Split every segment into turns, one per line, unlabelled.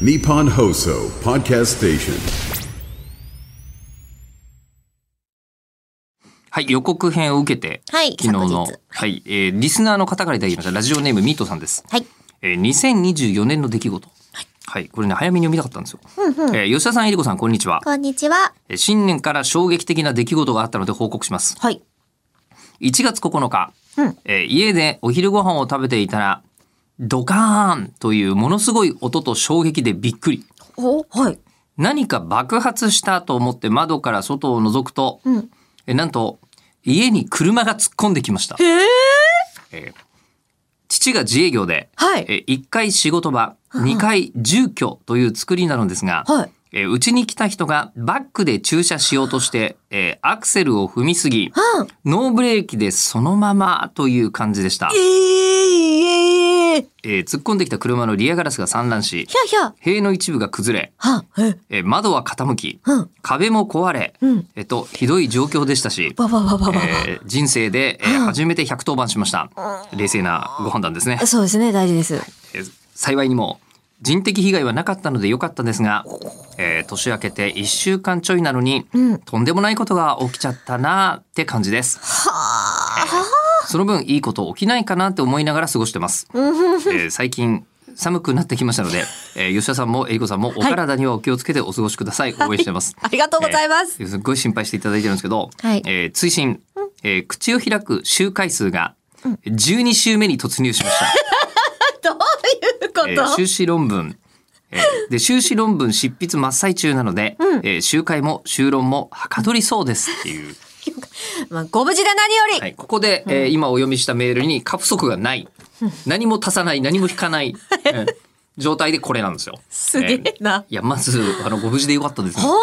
Nippon Hoso Podcast Station.
はい、予告編を受けて、
はい
昨日の
昨日、
はい、えーリスナーの方からいただきました、ラジオネームミートさんです。
はい。
えー、2024年の出来事。はい。これね、早めに読みたかったんですよ。えー吉田さん、えりこさん、こんにちは。
こんにちは。
えー新年から衝撃的な出来事があったので報告します。
はい。
1月9日、
うん
えー家でお昼ご飯を食べていたら、ドカーンというものすごい音と衝撃でびっくり。
おはい。
何か爆発したと思って窓から外を覗くと、
うん。
えーなんと、家に車が突っ込んできました。
ええ
えー父が自営業で、
はい
えー1回仕事場、2回住居という作りになるんですが、
はい。
えーうちに来た人がバックで駐車しようとして、えーアクセルを踏みすぎ、
うん。
ノーブレーキでそのままという感じでした。
ええひ
えー突っ込んできた車のリアガラスが散乱し、
ゃひゃ。
塀の一部が崩れ、
は、え、
えー窓は傾き、
うん。
壁も壊れ、
うん。
えっと、ひどい状況でしたし、
ばばばばば
えー人生で、えー初めて110番しました。冷静なご判断ですね
ば。。そうですね、大事です。
えー幸いにも人的被害はなかったので良かったですが、えー年明けて1週間ちょいなのに、
うん
とんでもないことが起きちゃったなって感じです。その分いいこと起きないかなって思いながら過ごしてます。えー最近寒くなってきましたので、えー吉田さんもえりこさんもお体にはお気をつけてお過ごしください。応援してます。
ありがとうございます。
えーすっごい心配していただいてるんですけど、
はい
えー追伸、えー口を開く週回数が12週目に突入しま した。
どういうこ
えー修士論文、えーで修士論文執筆真っ最中なので、えー集会も修論もはかどりそうですっていう、
まあ、ご無事で何より、
はい、ここで、えー今お読みしたメールに過不足がない何も足さない何も引か ない、えー状態でこれなんですよ。
すげえな。
いやまずあのご無事でよかったですね。
本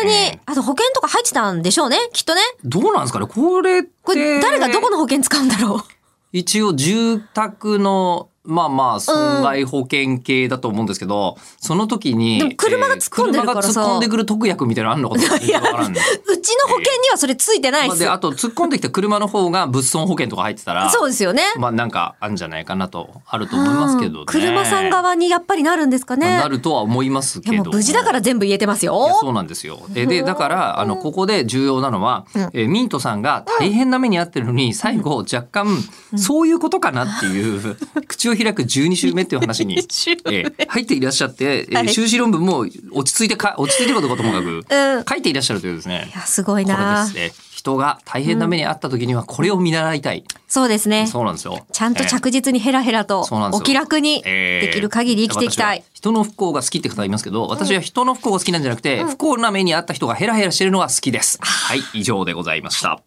当に、
え
あと保険とか入ってたんでしょうね、きっとね。
どうなんですかねこれって
これ、誰がどこの保険使うんだろう。
一応住宅のまあまあ損害保険系だと思うんですけど、その時に
でも車が突っ込んでるからさ
えー車が突っ込んでくる特約みたいなのあんのかどうか全然わからんね。
うちの保険にはそれついてない
まあ、
です。
であと突っ込んできた車の方が物損保険とか入ってたら
そうですよね。
まあなんかあるんじゃないかなとあると思いますけど
うん
ね。
車さん側にやっぱりなるんですかね。
なるとは思いますけ
いや
ど。
もう無事だから全部言えてますよ
いや。そうなんですよ。えでだからあのここで重要なのは、えミントさんが大変な目に遭ってるのに最後若干、そういうことかなっていう、口を開く12週目っていう話に、え
週
入っていらっしゃって、え
はい
修士論文も落ち着いてか落ち着いてることかともかく、
うん
書いていらっしゃるというですね
い。やすごい
これで
な
す。ね人が大変な目に遭った時にはこれを見習いたい。
そうですね。
そうなんですよ。
ちゃんと着実にヘラヘラと
そうなんですよ
お気楽に
えー
できる限り生きていきた
私
い
は。人の不幸が好きって方いますけど、私は人の不幸が好きなんじゃなくて、不幸な目にあった人がヘラヘラしてるのが好きです。はい、以上でございました。